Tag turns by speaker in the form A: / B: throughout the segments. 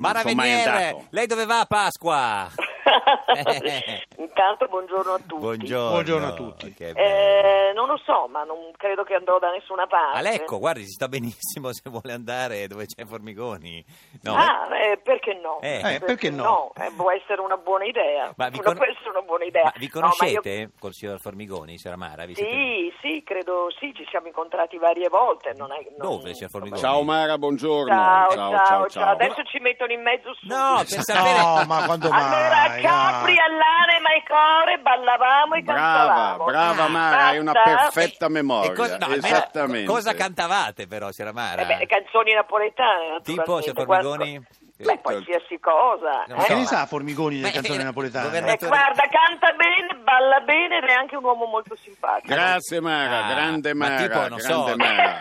A: Mara
B: sono mai
A: Venier,
B: andato.
A: lei dove va a Pasqua?
C: Intanto buongiorno a tutti.
A: Buongiorno.
B: Buongiorno a tutti.
A: Che bello.
C: Eh, non lo so, ma non credo che andrò da nessuna parte.
A: Alecco, guardi, si sta benissimo se vuole andare dove c'è Formigoni. No.
C: Ah, eh, perché no?
A: Eh. Eh,
B: perché no?
C: eh, può essere una buona idea.
A: Ma vi,
C: Una-
A: con-
C: può essere una buona idea.
A: Ma vi
C: No, ma io-
A: conoscete col signor Formigoni, signora Mara? Vi siete-
C: Sì, sì, credo sì, ci siamo incontrati varie volte. Non è, non-
A: Dove, signor Formigoni?
B: Ciao Mara, buongiorno.
C: Ciao, ciao, ciao, Adesso ci mettono in mezzo su.
A: No, per sapere...
D: No, ma quando
C: Allora,
D: mai? Ah.
C: Capri,
D: dai.
C: all'anima e core, ballavamo e
B: Ah. Brava,
C: cantavamo.
B: brava
A: Ah,
B: Mara, hai una
C: basta.
B: perfetta memoria.
A: E cosa, no, ma era-
B: Esattamente.
A: cosa cantavate però, signora Mara?
C: Eh beh, canzoni napoletane,
A: Tipo, cioè,
C: naturalmente,
A: signor
C: guarda-
A: Formigoni?
C: Beh, qualsiasi cosa.
A: Non
D: Ma che
A: so.
C: eh.
D: ne sa Formigoni delle
A: Beh,
D: canzoni
A: era-
D: napoletane?
C: Eh, guarda, canta bene, balla bene ed è anche un uomo molto simpatico.
B: Grazie Mara,
A: Ah,
B: grande
A: ma
B: Mara,
A: tipo, non so.
B: grande Mara.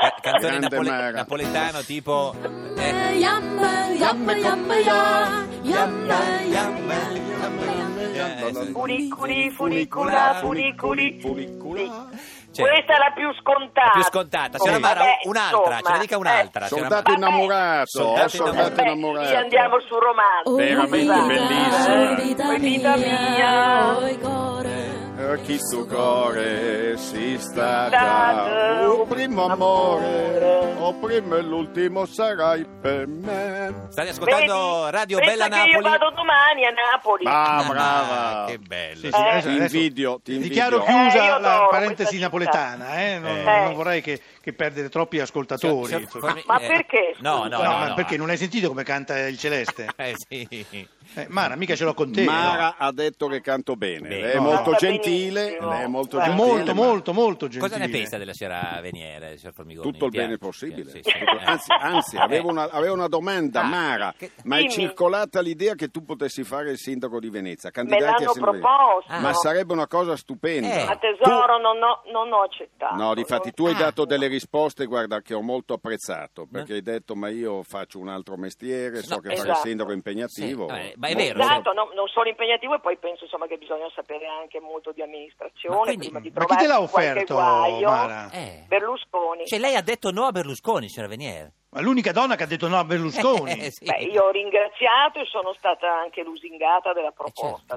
A: Ca- canzone
B: Grande
A: napole-
B: Mara.
A: napoletano tipo... eh,
E: Yamma, yamma, yamma, ya. Yamma, yamma,
A: eh,
C: Funiculi, funicula, funiculi.
B: Funicula.
A: cioè,
C: Questa è la più scontata.
A: la più scontata. Signora
C: Sì.
A: Mara,
C: Vabbè,
A: un'altra,
C: insomma,
A: ce ne dica un'altra.
C: eh.
A: signora
B: Soldato
A: Mara.
B: innamorato,
A: Soldato
B: ho soldato
A: innamorato.
C: Vabbè, qui
B: innamorato.
C: andiamo sul romanzo.
B: Veramente
C: Esatto.
B: bellissima.
E: Vita
C: Poi vita mia.
E: mia, oi cuore.
B: Eh, Chi su core si
C: Date
B: stata un primo amore, o primo e l'ultimo sarai per me.
A: State ascoltando
C: Vedi?
A: Radio
C: Pensa
A: Bella
C: che
A: Napoli.
C: io vado domani a Napoli.
B: Ah,
A: Ah,
B: brava.
A: che bello. Cioè,
D: Sì, sì, adesso-
B: Ti
D: adesso
B: invidio, ti invidio.
D: Dichiaro
C: Eh, io
D: chiusa la
C: adoro questa
D: parentesi
C: città.
D: napoletana, eh? Non,
A: Eh.
D: non vorrei che, che perdere troppi ascoltatori.
A: Signor- signor
D: insomma.
A: Formi-
C: Ma
A: eh,
C: perché,
A: No, no,
D: No,
A: no,
D: ma
A: no.
D: perché non hai sentito come canta il Celeste?
A: Eh sì.
D: Eh, Mara, mica ce l'ho con te.
B: Mara ha detto che canto bene,
A: Bene.
B: lei è
D: No.
B: molto
C: Canta
B: gentile,
C: benissimo.
B: lei è molto
C: Guarda.
D: no?
B: gentile,
D: Molto,
B: ma
D: molto, molto gentile.
A: Cosa ne pensa della sera Veniere, signor Formigoni?
B: tutto il
A: Piano,
B: bene possibile.
A: piano, sì, sì.
B: Tutto-
A: Eh.
B: Anzi, anzi, avevo una, avevo una domanda,
A: Ah,
B: Mara,
A: che-
B: ma è
C: Dimmi.
B: circolata l'idea che tu potessi fare il sindaco di Venezia,
C: Me
B: candidarti a
C: l'hanno
B: sindaco di-
C: proposto.
A: Ah.
B: Ma sarebbe una cosa stupenda.
A: Eh.
C: Ma tesoro, non ho, non ho
B: Tu-
C: accettato.
B: No, difatti tu hai
A: Ah.
B: dato delle risposte, guarda, che ho molto apprezzato, perché hai detto ma io faccio un altro mestiere, so
A: No,
B: che fare il
C: esatto.
B: sindaco è
A: Sì,
B: impegnativo.
A: vabbè, ma è
B: Molto-
A: vero.
C: Esatto, no, non sono impegnativo e poi penso insomma che bisogna sapere anche molto di
A: Ma
C: amministrazione
A: quindi-
C: prima di
D: Ma chi te
C: trovarsi
D: l'ha
C: in qualche
D: offerto,
C: guaio.
D: Mara?
A: Eh.
C: Berlusconi.
A: Cioè, lei ha detto no a Berlusconi, signora Veniere.
D: Ma l'unica donna che ha detto no a Berlusconi.
A: Eh, sì.
C: Beh, io ho ringraziato e sono stata anche lusingata della proposta,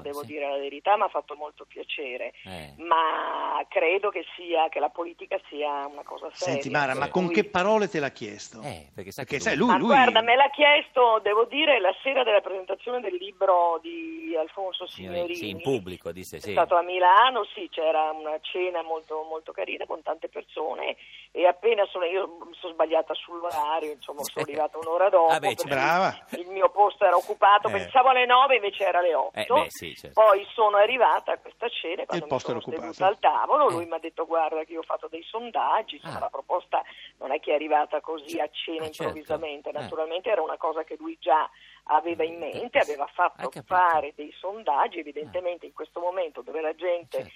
A: certo,
C: devo
A: sì.
C: dire la verità, mi ha fatto molto piacere.
A: Eh.
C: Mm. Ma credo che sia che la politica sia una cosa seria.
D: Senti Mara, ma
C: per
D: con
C: cui-
D: che parole te l'ha chiesto?
A: Eh, perché sa
D: Perché
A: che
D: sai,
A: lui-
D: lui...
C: Ma
D: lui...
C: guarda, me l'ha chiesto, devo dire, la sera della presentazione del libro di Alfonso
A: Signorini,
C: Signorini.
A: sì, in pubblico, disse, sì.
C: È stato a Milano, sì, c'era una cena molto, molto carina con tante persone e appena sono io mi sono sbagliata sull'orario, insomma
A: Sì.
C: sono arrivata un'ora dopo.
A: Ah, beh,
C: per
A: ci-
C: cui
D: brava.
C: Il mio posto era occupato,
A: Eh.
C: pensavo alle 9 invece era alle 8.
A: Eh, beh, sì, certo.
C: Poi sono arrivata a questa cena e quando mi
D: posto
C: sono
D: era occupato.
C: seduta al tavolo lui
A: Eh.
C: mi ha detto guarda che io ho fatto dei sondaggi, insomma
A: Ah.
C: la proposta non è che è arrivata così a cena
A: Ah, certo.
C: improvvisamente,
A: Eh. Mm,
C: naturalmente era una cosa che lui già aveva in mente, aveva
A: Hai
C: fatto
A: capito.
C: fare dei sondaggi, evidentemente in questo momento dove la gente
A: Certo.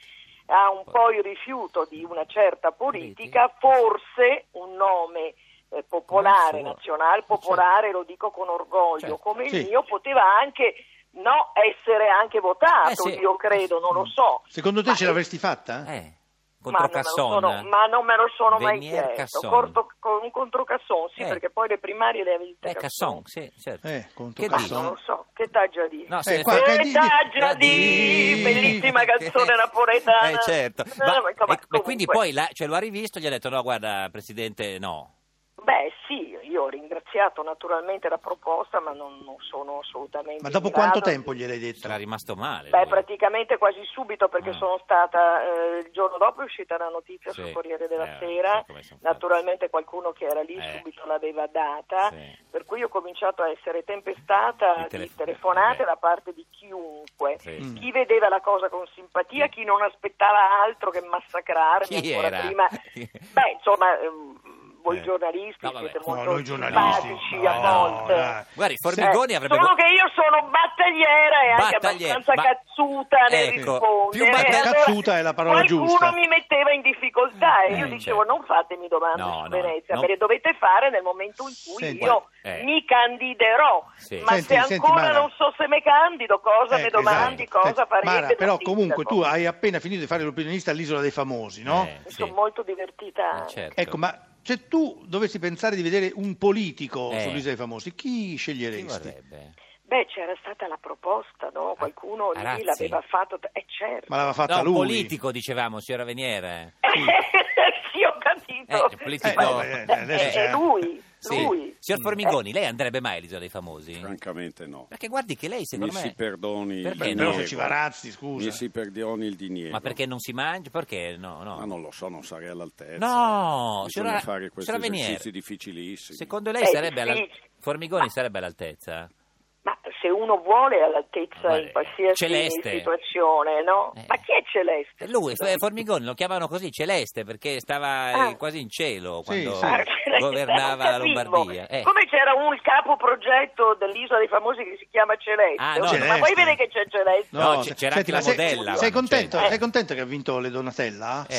C: ha un po' il rifiuto di una certa politica,
A: Politica.
C: forse un nome eh, popolare,
A: Non so.
C: nazional popolare, lo dico con orgoglio,
A: eh, Certo.
C: come il
D: Sì.
C: mio poteva anche no essere anche votato,
A: Eh sì.
C: io credo, non lo so.
D: Secondo te
C: Ma-
D: ce l'avresti fatta?
A: Eh,
C: ma
A: contro
C: non, me lo
A: Casson.
C: sono- ma non me lo sono mai
A: Venier
C: chiesto.
A: Casson.
C: Corto- con un contro Casson, sì,
A: Eh.
C: perché poi le primarie le ha vinte
A: Eh, Casson, sì, certo.
D: Eh, contro
A: Che
C: Ma
D: Casson.
A: dici?
C: non lo so, che taglia di.
A: No,
D: Eh,
A: ne
D: qua-
A: fa-
D: che
C: che
D: dici?
C: taglia
A: La
C: di,
A: di-
C: bellissima canzone napoletana.
A: Eh, certo.
C: Eh,
A: Ma,
C: ma
A: e-
C: insomma,
A: e quindi
C: comunque.
A: poi la- cioè, lo ha rivisto e gli ha detto no, guarda, Presidente, no.
C: Beh, sì, io ho ringraziato naturalmente la proposta, ma non, non sono assolutamente.
D: Ma dopo
C: in grado
D: quanto
C: di-
D: tempo gliel'hai detto?
A: Sarà rimasto male.
C: Beh,
A: lui.
C: praticamente quasi subito perché
A: Ah.
C: sono stata eh, il giorno dopo è uscita la notizia
A: Sì.
C: sul Corriere
A: Eh,
C: della Sera,
A: sì, come sono fatti.
C: naturalmente qualcuno che era lì
A: Eh.
C: subito l'aveva data,
A: Sì.
C: per cui ho cominciato a essere tempestata
A: Di
C: di,
A: telefo-
C: telefonate
A: eh.
C: da parte di chiunque.
A: Sì. Eh,
D: Mm.
C: Chi vedeva la cosa con simpatia,
A: Sì.
C: chi non aspettava altro che massacrarmi
A: Chi
C: ancora
A: era?
C: prima. Beh, insomma, ehm, voi
A: Eh.
C: giornalisti
A: No, vabbè.
C: siete
D: No,
C: molto
D: noi giornalisti.
C: simpatici
D: No,
C: a volte.
D: dai.
A: Guardi,
C: Eh,
A: Formigoni avrebbe...
C: Solo che io sono battagliera e anche
A: Battagliera,
C: abbastanza
A: ma-
C: cazzuta nel
A: Ecco,
C: rispondere.
A: più batta-
C: E allora
D: cazzuta è la parola giusta.
C: Qualcuno mi metteva in difficoltà e
A: Eh,
C: io dicevo
A: certo.
C: non fatemi domande
A: No,
C: su
A: no,
C: Venezia,
A: no.
C: me le dovete fare nel momento in cui
D: Senti.
C: io
A: Eh.
C: mi candiderò.
A: Sì.
C: Ma
D: Senti,
C: se
D: senti,
C: ancora
D: Mara.
C: non so se me candido, cosa
D: Eh,
C: mi domandi,
D: esatto.
C: cosa farete
D: Mara,
C: da
D: però
C: sindaco.
D: comunque tu hai appena finito di fare l'opinionista all'Isola dei Famosi, no?
A: Eh,
C: Mi
A: sì.
C: sono molto divertita.
A: Eh, certo.
D: Ecco, ma Se tu dovessi pensare di vedere un politico
A: Eh.
D: sull'isola dei famosi, chi
A: Chi
D: sceglieresti?
A: vorrebbe?
C: Beh, c'era stata la proposta, no? Qualcuno
A: Ah, Razzi.
C: lì l'aveva fatto, è certo.
D: Ma l'aveva fatta
A: No,
D: lui.
A: politico, dicevamo, signora Veniere.
C: sì, ho capito.
A: Eh, politico.
D: Eh, no, eh, adesso
C: è,
D: c'è-
C: è
D: Mm.
C: lui,
A: Sì.
C: lui.
A: Signor Formigoni, lei andrebbe mai all'isola dei famosi?
B: Francamente no.
A: Perché guardi che lei,
B: Mi
A: secondo me...
B: si perdoni il
A: Perché
D: Beh,
A: Eh,
D: però
A: no.
D: se ci va
B: diniego.
D: Razzi, scusa.
B: Mi si perdoni il diniego.
A: Ma perché non si mangia? Perché no, no.
B: Ma non lo so, non sarei all'altezza.
A: No,
B: Bisogna
A: signora-
B: fare questi
A: signora Venier.
B: esercizi difficilissimi.
A: Secondo lei
C: Eh,
A: sarebbe alla...
C: sì.
A: Formigoni
C: Ma-
A: sarebbe all'altezza?
C: Eh, Ma se uno vuole è all'altezza
A: Ma-
C: Cioè, in qualsiasi
A: Celeste.
C: situazione, no?
A: Eh.
C: Ma chi è Celeste?
A: Lui, F- Formigoni, lo chiamavano così Celeste perché stava
C: Ah.
A: eh, quasi in cielo
D: Sì,
A: quando
D: sì.
C: Ah, Celeste,
A: governava la
C: non capivo.
A: Lombardia. Eh.
C: Come c'era un capo progetto dell'isola dei famosi che si chiama Celeste.
A: Ah, no,
C: Ho detto, Ma
D: Celeste.
C: poi vede che c'è Celeste.
A: No, c- c'era anche la
D: sei-
A: modella,
D: Sei
A: quando
D: contento,
A: c'era.
D: sei contento che ha vinto le Donatella?
A: Eh,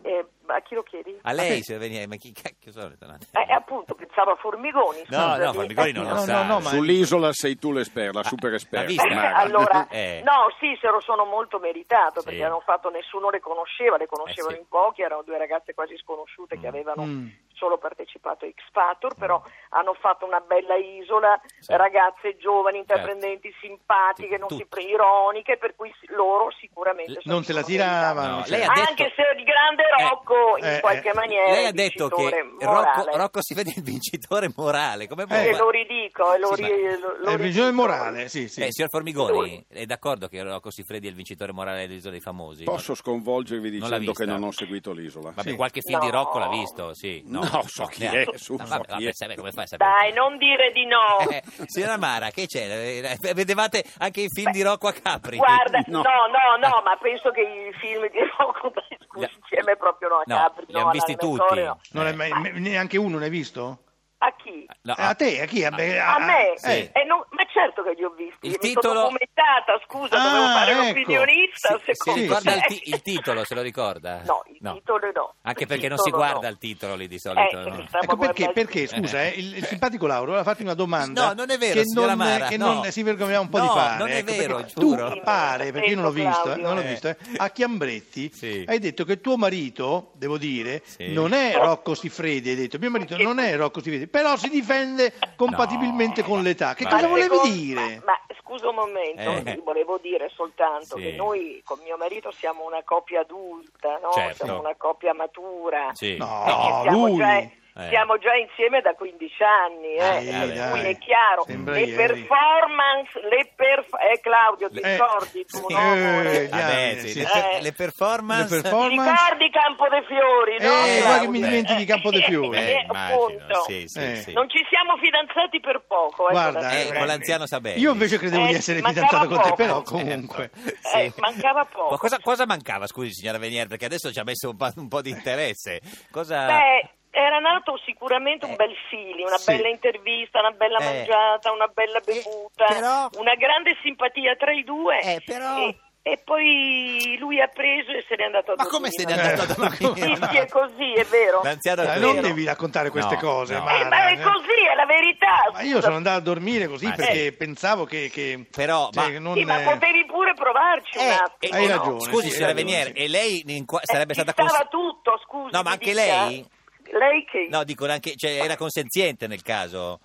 C: Eh, ma a chi lo chiedi?
A: a
D: Ma
A: lei,
D: sì.
A: signora Veniere, ma chi cacchio sono le donate?
C: Eh, appunto, pensavo a Formigoni.
A: No,
C: scusami.
A: no, Formigoni non
D: No,
A: lo
D: no,
A: sa.
D: no, ma-
B: Sull'isola sei tu l'esperta, la super esperta.
A: Ah, vista?
B: Mara.
C: allora,
A: Eh.
C: no, sì, se lo sono molto meritato perché
A: Sì.
C: hanno fatto, nessuno le conosceva, le conoscevano
A: Eh, sì.
C: in pochi, erano due ragazze quasi sconosciute che avevano
D: Mm.
C: solo partecipato a X Factor, però hanno fatto una bella isola,
A: Mm. Sì. Certo.
C: ragazze giovani, intraprendenti, simpatiche, non
A: Tutti.
C: si pre- ironiche, per cui si- loro sicuramente...
A: Le-
C: sono-
D: Non te la
C: sono
D: tirava,
A: No,
D: non
A: cioè. lei
D: c'era.
A: ha detto-
C: Anche se di grande Rocco,
D: Eh,
C: in
D: eh,
C: qualche
D: eh.
C: maniera,
A: Lei
C: è
A: ha detto
C: vincitore
A: che
C: morale.
A: Rocco, Rocco si vede il vincitore morale. Come può?
C: E
D: Eh,
C: lo ridico, e lo,
A: Sì,
C: ri- lo- lo
D: È il prigione
C: ridico.
D: morale, sì, sì.
A: Eh, signor Formigoni, è d'accordo che Rocco Siffredi è il vincitore morale dell'Isola dei Famosi?
B: Posso sconvolgervi
A: Non l'ha
B: dicendo
A: vista.
B: che non ho seguito l'isola?
A: Vabbè,
D: Sì.
A: qualche film di
C: No.
A: Rocco l'ha visto, sì.
B: No, so chi è,
A: neanche.
B: su,
A: No,
B: so
A: vabbè,
B: chi
A: vabbè,
B: è.
A: sai, come fai a sapere?
C: Dai, non dire di no.
A: Eh, signora Mara, che c'è? Eh, eh, Vedevate anche i film di Rocco a Capri? Ah.
C: Guarda,
B: No.
C: no, no, no, ma penso che i film di Rocco scusi, insieme proprio no, a
A: No,
C: Capri,
A: li
C: no,
A: hanno visti
C: all'Arme
A: tutti. Eh,
C: Torre, no.
D: Non è mai- me- neanche uno ne hai visto?
C: A chi?
A: No,
D: Eh, a te, a chi? A, me-
C: A me?
A: sì.
D: eh.
C: Eh, no, ma certo che li ho visti,
A: Il
C: mi
A: titolo-
C: sono commentata, scusa, dovevo
D: Ah,
C: fare
D: ecco.
A: Si,
C: l'opinionista,
A: si
C: secondo
A: ricorda
C: me.
A: il, ti- il titolo, se lo ricorda?
C: No, il titolo no.
A: Anche
C: Il
A: perché non si
C: titolo
A: guarda
C: no.
A: il titolo lì di
C: Eh,
A: solito. no.
C: perché stavo
D: Ecco perché,
C: guardando-
D: perché, scusa, eh, il, il simpatico Lauro ha fatto una domanda
A: No, non è vero,
D: che
A: signora
D: non,
A: Mara,
D: che
A: no.
D: non si vergognava un po' di
A: No,
D: fare.
A: non è
D: ecco,
A: vero,
D: perché
A: giuro.
D: Tu pare, perché io non l'ho
C: Ecco,
D: visto, eh, non l'ho
A: Eh.
D: visto, eh, a Chiambretti
A: Sì.
D: hai detto che tuo marito, devo dire,
A: Sì.
D: non è Rocco Siffredi, hai detto, mio marito non è Rocco Siffredi, però si difende compatibilmente
A: No,
D: con
A: ma-
D: l'età. Che
A: ma-
D: cosa
A: Ma-
D: volevi
C: secondo-
D: dire?
C: Ma, ma scusa un momento,
A: Eh.
C: vi volevo dire soltanto
A: Sì.
C: che noi con mio marito siamo una coppia adulta, no?
A: Certo.
C: siamo una coppia matura.
A: Sì.
D: No,
C: siamo,
D: lui...
C: Già,
A: Eh.
C: siamo già insieme da 15 anni, eh,
D: Dai,
C: per
A: dai.
C: cui è chiaro.
D: Sembra
C: le
D: ieri.
C: performance, le perf- eh, Claudio, ti
D: Eh,
C: ricordi tu,
D: sì.
C: no?
D: Eh,
C: Eh,
A: Vabbè,
D: Diamine,
A: sì,
D: sì.
A: Le, per-
C: Eh.
A: le performance...
D: Le perform-
C: ti ricordi Campo dei Fiori, no?
D: Eh,
A: guarda che
C: Claudio?
A: mi
D: dimentichi Campo dei Fiori.
C: Eh,
A: Eh, immagino,
C: appunto.
A: sì, sì,
D: Eh.
A: sì.
C: Non ci siamo fidanzati per poco, ecco, da
D: Guarda,
A: Eh,
C: dire.
A: con l'anziano Sabelli.
D: Io invece credevo di
C: Eh,
D: essere
C: mancava
D: fidanzato con te,
C: poco.
D: però
A: Certo.
D: comunque...
C: Eh, mancava poco.
A: Ma cosa, cosa mancava, scusi signora Venier, perché adesso ci ha messo un po', un po' di interesse. Cosa...
C: Beh, era nato sicuramente un bel feeling, una
D: Sì.
C: bella intervista, una bella
A: Eh.
C: mangiata, una bella bevuta,
A: Eh, però-
C: una grande simpatia tra i due.
A: Eh, però-
C: E, e poi lui ha preso e se n'è andato a
A: ma come se n'è
C: dormire.
A: andato
D: Eh,
A: a dormire?
D: come-
C: Sì, sì, è così, è vero.
A: L'anziano
D: Dai,
A: è
D: Eh, non
A: vero.
D: devi raccontare queste
A: No,
D: cose,
A: no.
D: Mara,
C: Eh, ma è
D: eh.
C: così, è la verità.
D: Ma io sono andato a dormire così
A: Ma
D: perché
A: sì.
D: pensavo che, che-
A: Però,
D: cioè,
A: ma-
D: che non,
C: Sì, ma
D: eh,
C: potevi pure provarci un
A: Eh,
C: attimo.
D: hai
A: eh,
C: no?
D: ragione,
A: Scusi,
D: sì,
A: signora
D: hai ragione,
A: Venier,
D: sì.
A: e lei in qua- sarebbe
C: Eh,
A: stata...
C: ci stava
A: cons-
C: tutto, scusi.
A: No, ma
C: mi
A: anche
C: dica.
A: lei?
C: Lei che...
A: No, dico anche... Cioè, era consenziente nel caso?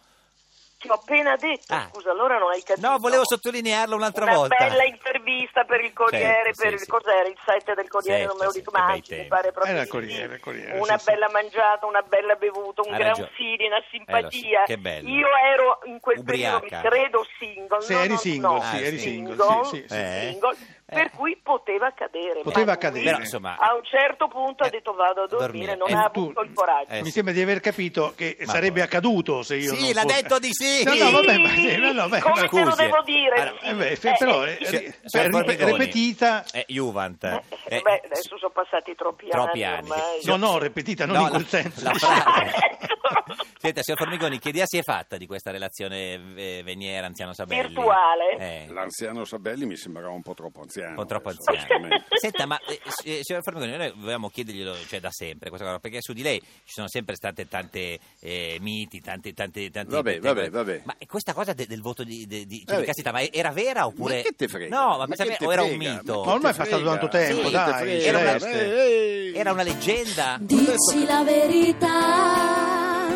C: Ti ho appena detto,
A: Ah.
C: scusa, allora non hai capito.
A: No, volevo sottolinearlo un'altra
C: una
A: volta.
C: bella intervista per il Corriere,
A: Certo,
C: per
A: sì,
C: il,
A: sì.
C: cos'era, il 7 del Corriere,
A: Certo,
C: non me lo
A: sì,
C: dico
A: che
C: mai,
A: bei
C: anzi, mi
A: tempi.
C: pare proprio
D: Era il
C: di
D: Corriere,
C: sì.
D: il Corriere,
C: Una
D: sì, sì.
C: bella mangiata, una bella bevuta, un
A: Ha
C: gran
A: ragione.
C: feeling, una
A: Eh, lo so,
C: simpatia.
A: che bello.
C: Io ero in quel
A: Ubriaca. Ah,
C: periodo, mi credo single.
D: Sì,
C: no,
D: eri
C: no,
D: single,
C: no,
A: sì, eri
D: single, sì, sì, sì.
A: Eh.
C: single, Per cui poteva accadere.
D: Poteva
C: ma
D: accadere.
C: lui
A: Però, insomma,
C: a un certo punto
A: eh,
C: ha detto vado a
A: dormire.
C: dormire, non
A: Eh,
C: ha
D: tu-
C: avuto il coraggio.
A: Eh,
D: mi
A: sì.
D: sembra di aver capito che
A: Ma
D: sarebbe
A: poi-
D: accaduto se io
A: Sì,
D: non
A: l'ha
D: fossi-
A: detto di sì!
D: No, no, vabbè, ma sì, no, no, beh,
C: Come
D: ma-
C: te lo
A: scusi,
C: devo dire?
A: allora,
C: Sì.
D: eh, beh, fe-
C: Eh,
D: però
C: eh,
D: eh,
A: Signor-
D: ri-
A: signor
D: rip-
A: Formigoni.
D: ripetita
A: Cioè, Eh, Juvent.
C: Eh,
A: Eh,
C: beh, adesso sono passati troppi,
A: troppi anni.
C: ormai.
A: Sì.
D: no no ripetita non
A: No,
D: in quel
A: la-
D: senso
A: la frase. Senta, signor Formigoni, che idea si è fatta di questa relazione eh, veniera anziano Sabelli?
C: Virtuale.
A: Eh,
B: L'anziano Sabelli mi sembrava un po' troppo anziano.
A: un po' troppo
B: adesso,
A: anziano.
B: francamente.
A: Senta, ma eh, s- eh, signor Formigoni, noi volevamo chiederglielo cioè, da sempre questa cosa, perché su di lei ci sono sempre state tante eh, miti, tante, tante, tante
B: Vabbè, vabbè, vabbè.
A: Ma questa cosa de- del voto di, de- di- cioè,
B: Vabbè.
A: di Cassita, ma era vera oppure...
B: Ma che te frega?
A: No, ma,
B: che
A: pensavo
B: te
A: o era un
B: frega?
A: mito.
B: che
D: Ma ormai
B: te
D: è passato
B: frega?
D: tanto tempo,
B: Sì,
D: dai, certo.
B: te frega,
A: Celeste.
B: vabbè, ehi.
A: Era una leggenda?
E: Dici la verità,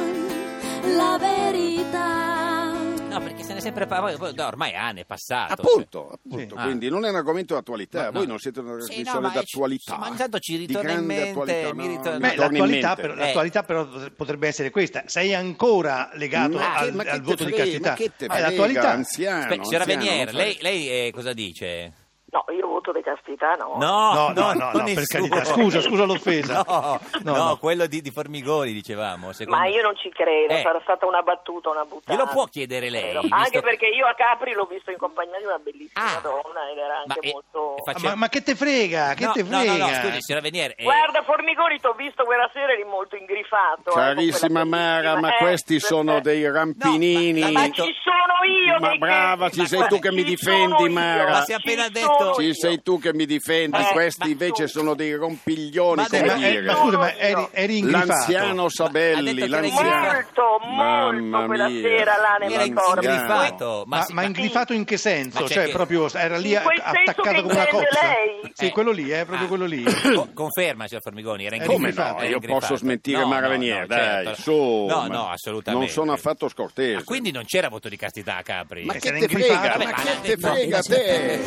E: la verità.
A: No, perché se ne è sempre parlato. No, ormai anni è passato.
B: Appunto, appunto,
A: Sì.
B: quindi non è un argomento d'attualità,
A: Ma no.
B: voi non siete una
A: Sì, no,
B: trasmissione
A: ma ci-
B: d'attualità.
A: ma intanto ci
B: di
A: ritorna in
B: grande
A: mente,
B: attualità,
A: mi
B: no,
A: ritorna-
B: mi
A: Beh,
D: Beh,
B: torna in
D: l'attualità,
B: mente.
D: però-
A: Eh.
D: l'attualità però potrebbe essere questa. Sei ancora legato
B: Ma che-
D: al,
B: ma che
D: al
B: te
D: voto di
B: frega,
D: castità.
B: Ma che te
D: Eh,
B: frega,
D: l'attualità.
B: anziano,
A: Aspe- cioè. signora
B: Ah, anziano,
A: Venier,
B: non fare-
A: lei, lei, eh, cosa dice?
C: No, io voto di castità, no.
D: No,
A: No,
D: no, no, no,
A: non il
D: per
A: suo.
D: carità. Scusa, scusa l'offesa.
A: No,
D: No,
A: no,
D: no.
A: quello di, di Formigoni, dicevamo. secondo-
C: Ma io non ci credo,
A: Eh.
C: sarà stata una battuta, una buttata.
A: Glielo può chiedere lei,
C: Credo.
A: visto
C: Anche
A: che-
C: perché io a Capri l'ho visto in compagnia di una bellissima
A: Ah.
C: donna ed era
A: Ma
C: anche
A: è-
C: molto...
A: è facile-
D: Ma, ma che te frega? Che
A: no,
D: te
A: no,
D: frega?
A: no, no, scusi, signora Venier. eh,
C: Guarda, Formigoni, ti ho visto quella sera, eri molto ingrifato. eh, con
B: Carissima
C: quella
B: Mara, ma
C: bellissima-
B: questi
C: eh,
B: sono
C: eh.
B: dei rampinini.
A: No,
C: Ma
A: Ecco.
C: ci sono io!
B: Ma
C: dei-
B: brava, ci
C: ma
B: sei
C: guarda,
B: tu che mi
C: ci
B: difendi,
C: sono io,
B: Mara.
A: Ma si è appena
C: ci
A: detto-
C: sono
A: Ci
C: io.
B: Ci sei tu che mi difendi,
A: Ma-
B: questi
A: ma-
B: invece sono dei rompiglioni,
A: Ma-
D: Eh,
B: come
D: ma, eh,
B: dire.
D: ma scusa, ma
C: No,
D: eri,
C: no.
D: eri ingrifato.
B: L'anziano
A: Ma- ha detto
B: Sabelli,
A: che era
B: l'anziano.
C: Molto, molto
B: Mamma
C: quella
B: mia,
C: sera là
A: mi
C: nel
A: era
B: l'anziano.
C: ricordo.
A: ingrifato.
D: Ma, ma ingrifato in che senso?
A: Ma c'è
D: cioè,
A: che-
D: proprio era lì
C: In quel senso
D: attaccato
C: che
D: come una
C: intende
D: cozza.
C: lei?
D: Sì,
A: Eh.
D: quello lì, eh, proprio
A: Ah.
D: quello lì. Eh,
A: Co- conferma, signor Formigoni, era
D: Come
B: Come
A: ingrifato,
B: no?
A: era
B: Io
A: ingrifato.
B: posso smentire
A: No,
B: Mara
A: no, no,
B: Venier, dai,
A: certo.
B: su.
A: No,
B: ma
A: no, assolutamente.
B: Non sono affatto scortese.
A: Ah, quindi non c'era voto di castità a Capri?
B: Ma
D: Eh,
B: che te
D: se ne ingripava,
B: frega,
A: vabbè,
B: ma
A: ma
B: che
A: la-
B: te
A: no,
B: frega te?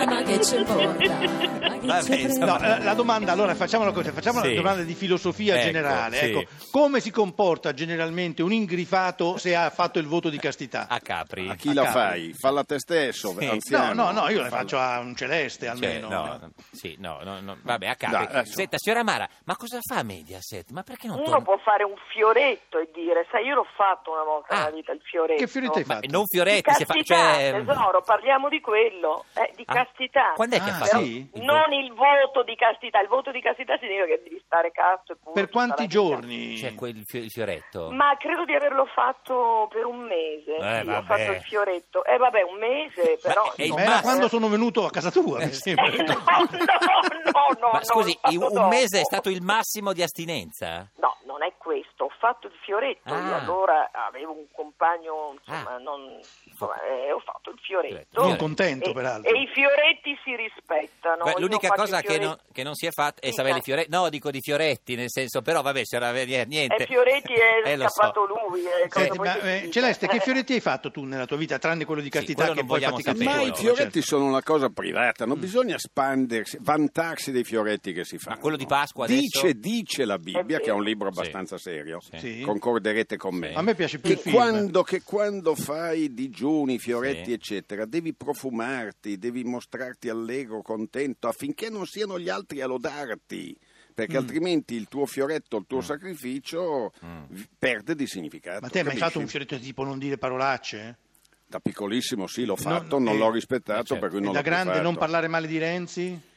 E: Ah, ma che ci importa? Ma che
A: Vabbè,
E: ci frega?
A: insomma,
D: No, eh, la domanda, allora facciamola così, facciamo
A: Sì.
D: una domanda di filosofia
A: Ecco,
D: generale.
A: sì.
D: Ecco, come si comporta generalmente un ingrifato se ha fatto il voto di castità?
A: A Capri?
B: A chi la
D: Capo.
B: fai? Falla te stesso,
A: Ah, Sì.
D: No,
B: anziano.
D: no, no, io la
B: Falla-
D: faccio a un celeste
A: Cioè,
D: almeno. eh.
A: no, no, sì, no, no, no, vabbè, a Capri.
B: Dai, adesso.
A: Senta, signora Mara, ma cosa fa Mediaset? Ma perché non
C: Uno
A: torna-
C: può fare un fioretto e dire, sai, io l'ho fatto una volta
A: Ah,
C: nella vita il fioretto.
D: che fioretto hai fatto?
A: Ma Eh, non
C: Di
A: Fioretti, si fa...
C: castità,
A: cioè...
C: tesoro, parliamo di quello, eh, di
A: Ah,
C: castità.
A: Quando è che
D: Ah,
A: ha fatto?
D: sì?
A: il-
C: Non il voto di castità, il voto di castità significa che devi stare cazzo e punto,
D: Per
C: sarà
D: quanti
C: di
D: giorni?
A: Cioè, quel fio- il fioretto?
C: cazzo. Ma credo di averlo fatto per un mese.
A: Eh,
C: sì,
A: vabbè.
C: ho fatto il fioretto. Eh vabbè, un mese, però.
A: eh,
D: Ma
C: insomma,
D: era
A: ma-
D: quando sono venuto a casa tua, mi
C: Eh,
D: sembra.
C: no, no, no, no,
A: ma
C: no,
A: scusi,
C: l'ho fatto
A: un un
C: dopo.
A: mese è stato il massimo di astinenza?
C: No, non è questo, ho fatto il fioretto, io
A: Ah.
C: allora avevo un compagno, insomma,
A: Ah.
C: non, insomma, eh, ho fatto il fioretto.
A: Non
C: E-
D: contento,
C: e,
D: peraltro.
C: E i fioretti si rispettano.
A: Beh,
C: Io
A: l'unica
C: ho fatto
A: cosa
C: il
A: che non,
C: fioretto-
A: che non si è fatta è
C: Dica.
A: sapere i fioretti. No, dico di fioretti, nel senso, però vabbè, c'era niente.
C: Eh, Fioretti è
A: Eh, lo so.
C: scappato lui, eh, cosa
D: Senti,
C: vuoi
D: ma,
C: che ti
D: eh,
C: dica?
D: Celeste, che
C: Eh.
D: fioretti hai fatto tu nella tua vita, tranne quello di castità
A: quello
D: che
A: non
D: poi
A: vogliamo
D: fatti capire?
A: sapere.
B: Ma i
A: Certo.
B: fioretti sono una cosa privata,
D: Mm.
B: non bisogna spandersi, vantarsi dei fioretti che si fanno.
A: quello di Pasqua adesso?
B: Dice, dice la Bibbia,
C: Eh,
B: che è un libro
A: sì.
B: abbastanza serio,
D: Sì.
B: concorderete con me.
D: A me piace più
B: Che
D: il film.
B: quando, che quando fai digiuni, fioretti,
A: Sì.
B: eccetera, devi profumarti, devi mostrarti allegro, contento, affinché non siano gli altri a lodarti, perché
D: Mm.
B: altrimenti il tuo fioretto, il tuo sacrificio
D: Mm.
B: vi- perde di significato.
D: Ma te hai mai
B: capisci?
D: fatto un fioretto tipo non dire parolacce?
B: Da piccolissimo sì, l'ho fatto,
D: No,
B: non
D: eh,
B: l'ho rispettato,
A: certo.
B: per cui
D: E
B: non
D: da
B: l'ho più
D: grande non
B: fatto.
D: parlare male di Renzi?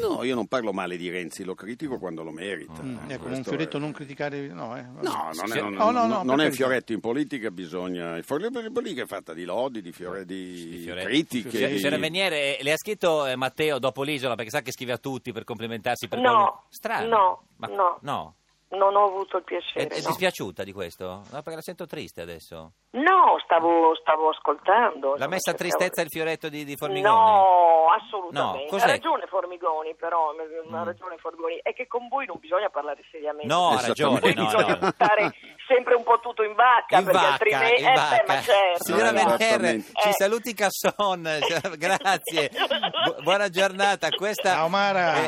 B: No, io non parlo male di Renzi, lo critico quando lo merita.
D: Mm,
B: Eh,
D: ecco, un
B: questo
D: fioretto
B: è-
D: non criticare... No, eh, vabbè.
B: No, non è, non-
A: Oh,
D: No, no, no,
B: non- non è
D: per carità.
B: un fioretto in politica, bisogna... Il fioretto in politica è fatta di lodi, di, fiore- di
A: Di fioretti.
B: critiche.
A: Signora-
B: di-
A: Signora Veniere, eh, le ha scritto eh, Matteo dopo l'isola perché sa che scrive a tutti per complimentarsi per
C: No,
A: qualunque- Strano.
C: no, no.
A: no.
C: Non ho avuto il
A: È,
C: piacere.
A: è
C: no.
A: dispiaciuta di questo? No, perché la sento triste adesso.
C: No, stavo, stavo ascoltando.
A: L'ha
C: insomma,
A: messa
C: cercavo-
A: tristezza il fioretto di, di Formigoni?
C: No, assolutamente.
A: No,
C: ha
A: cos'è? Mm.
C: ragione Formigoni, però ha ragione Formigoni. È che con voi non bisogna parlare seriamente.
A: No, ha ragione,
B: Esattamente.
A: no,
C: bisogna
A: no.
C: buttare sempre un po' tutto in vacca,
A: In
C: Cioè, perché
A: vacca,
C: altrimenti...
A: in
C: eh, beh,
A: vacca.
C: ma certo.
A: Signora
B: Esatto.
A: Venier, ci
C: Eh.
A: saluti Casson, grazie, Bu- buona giornata. Questa
D: Ciao, Mara.
A: è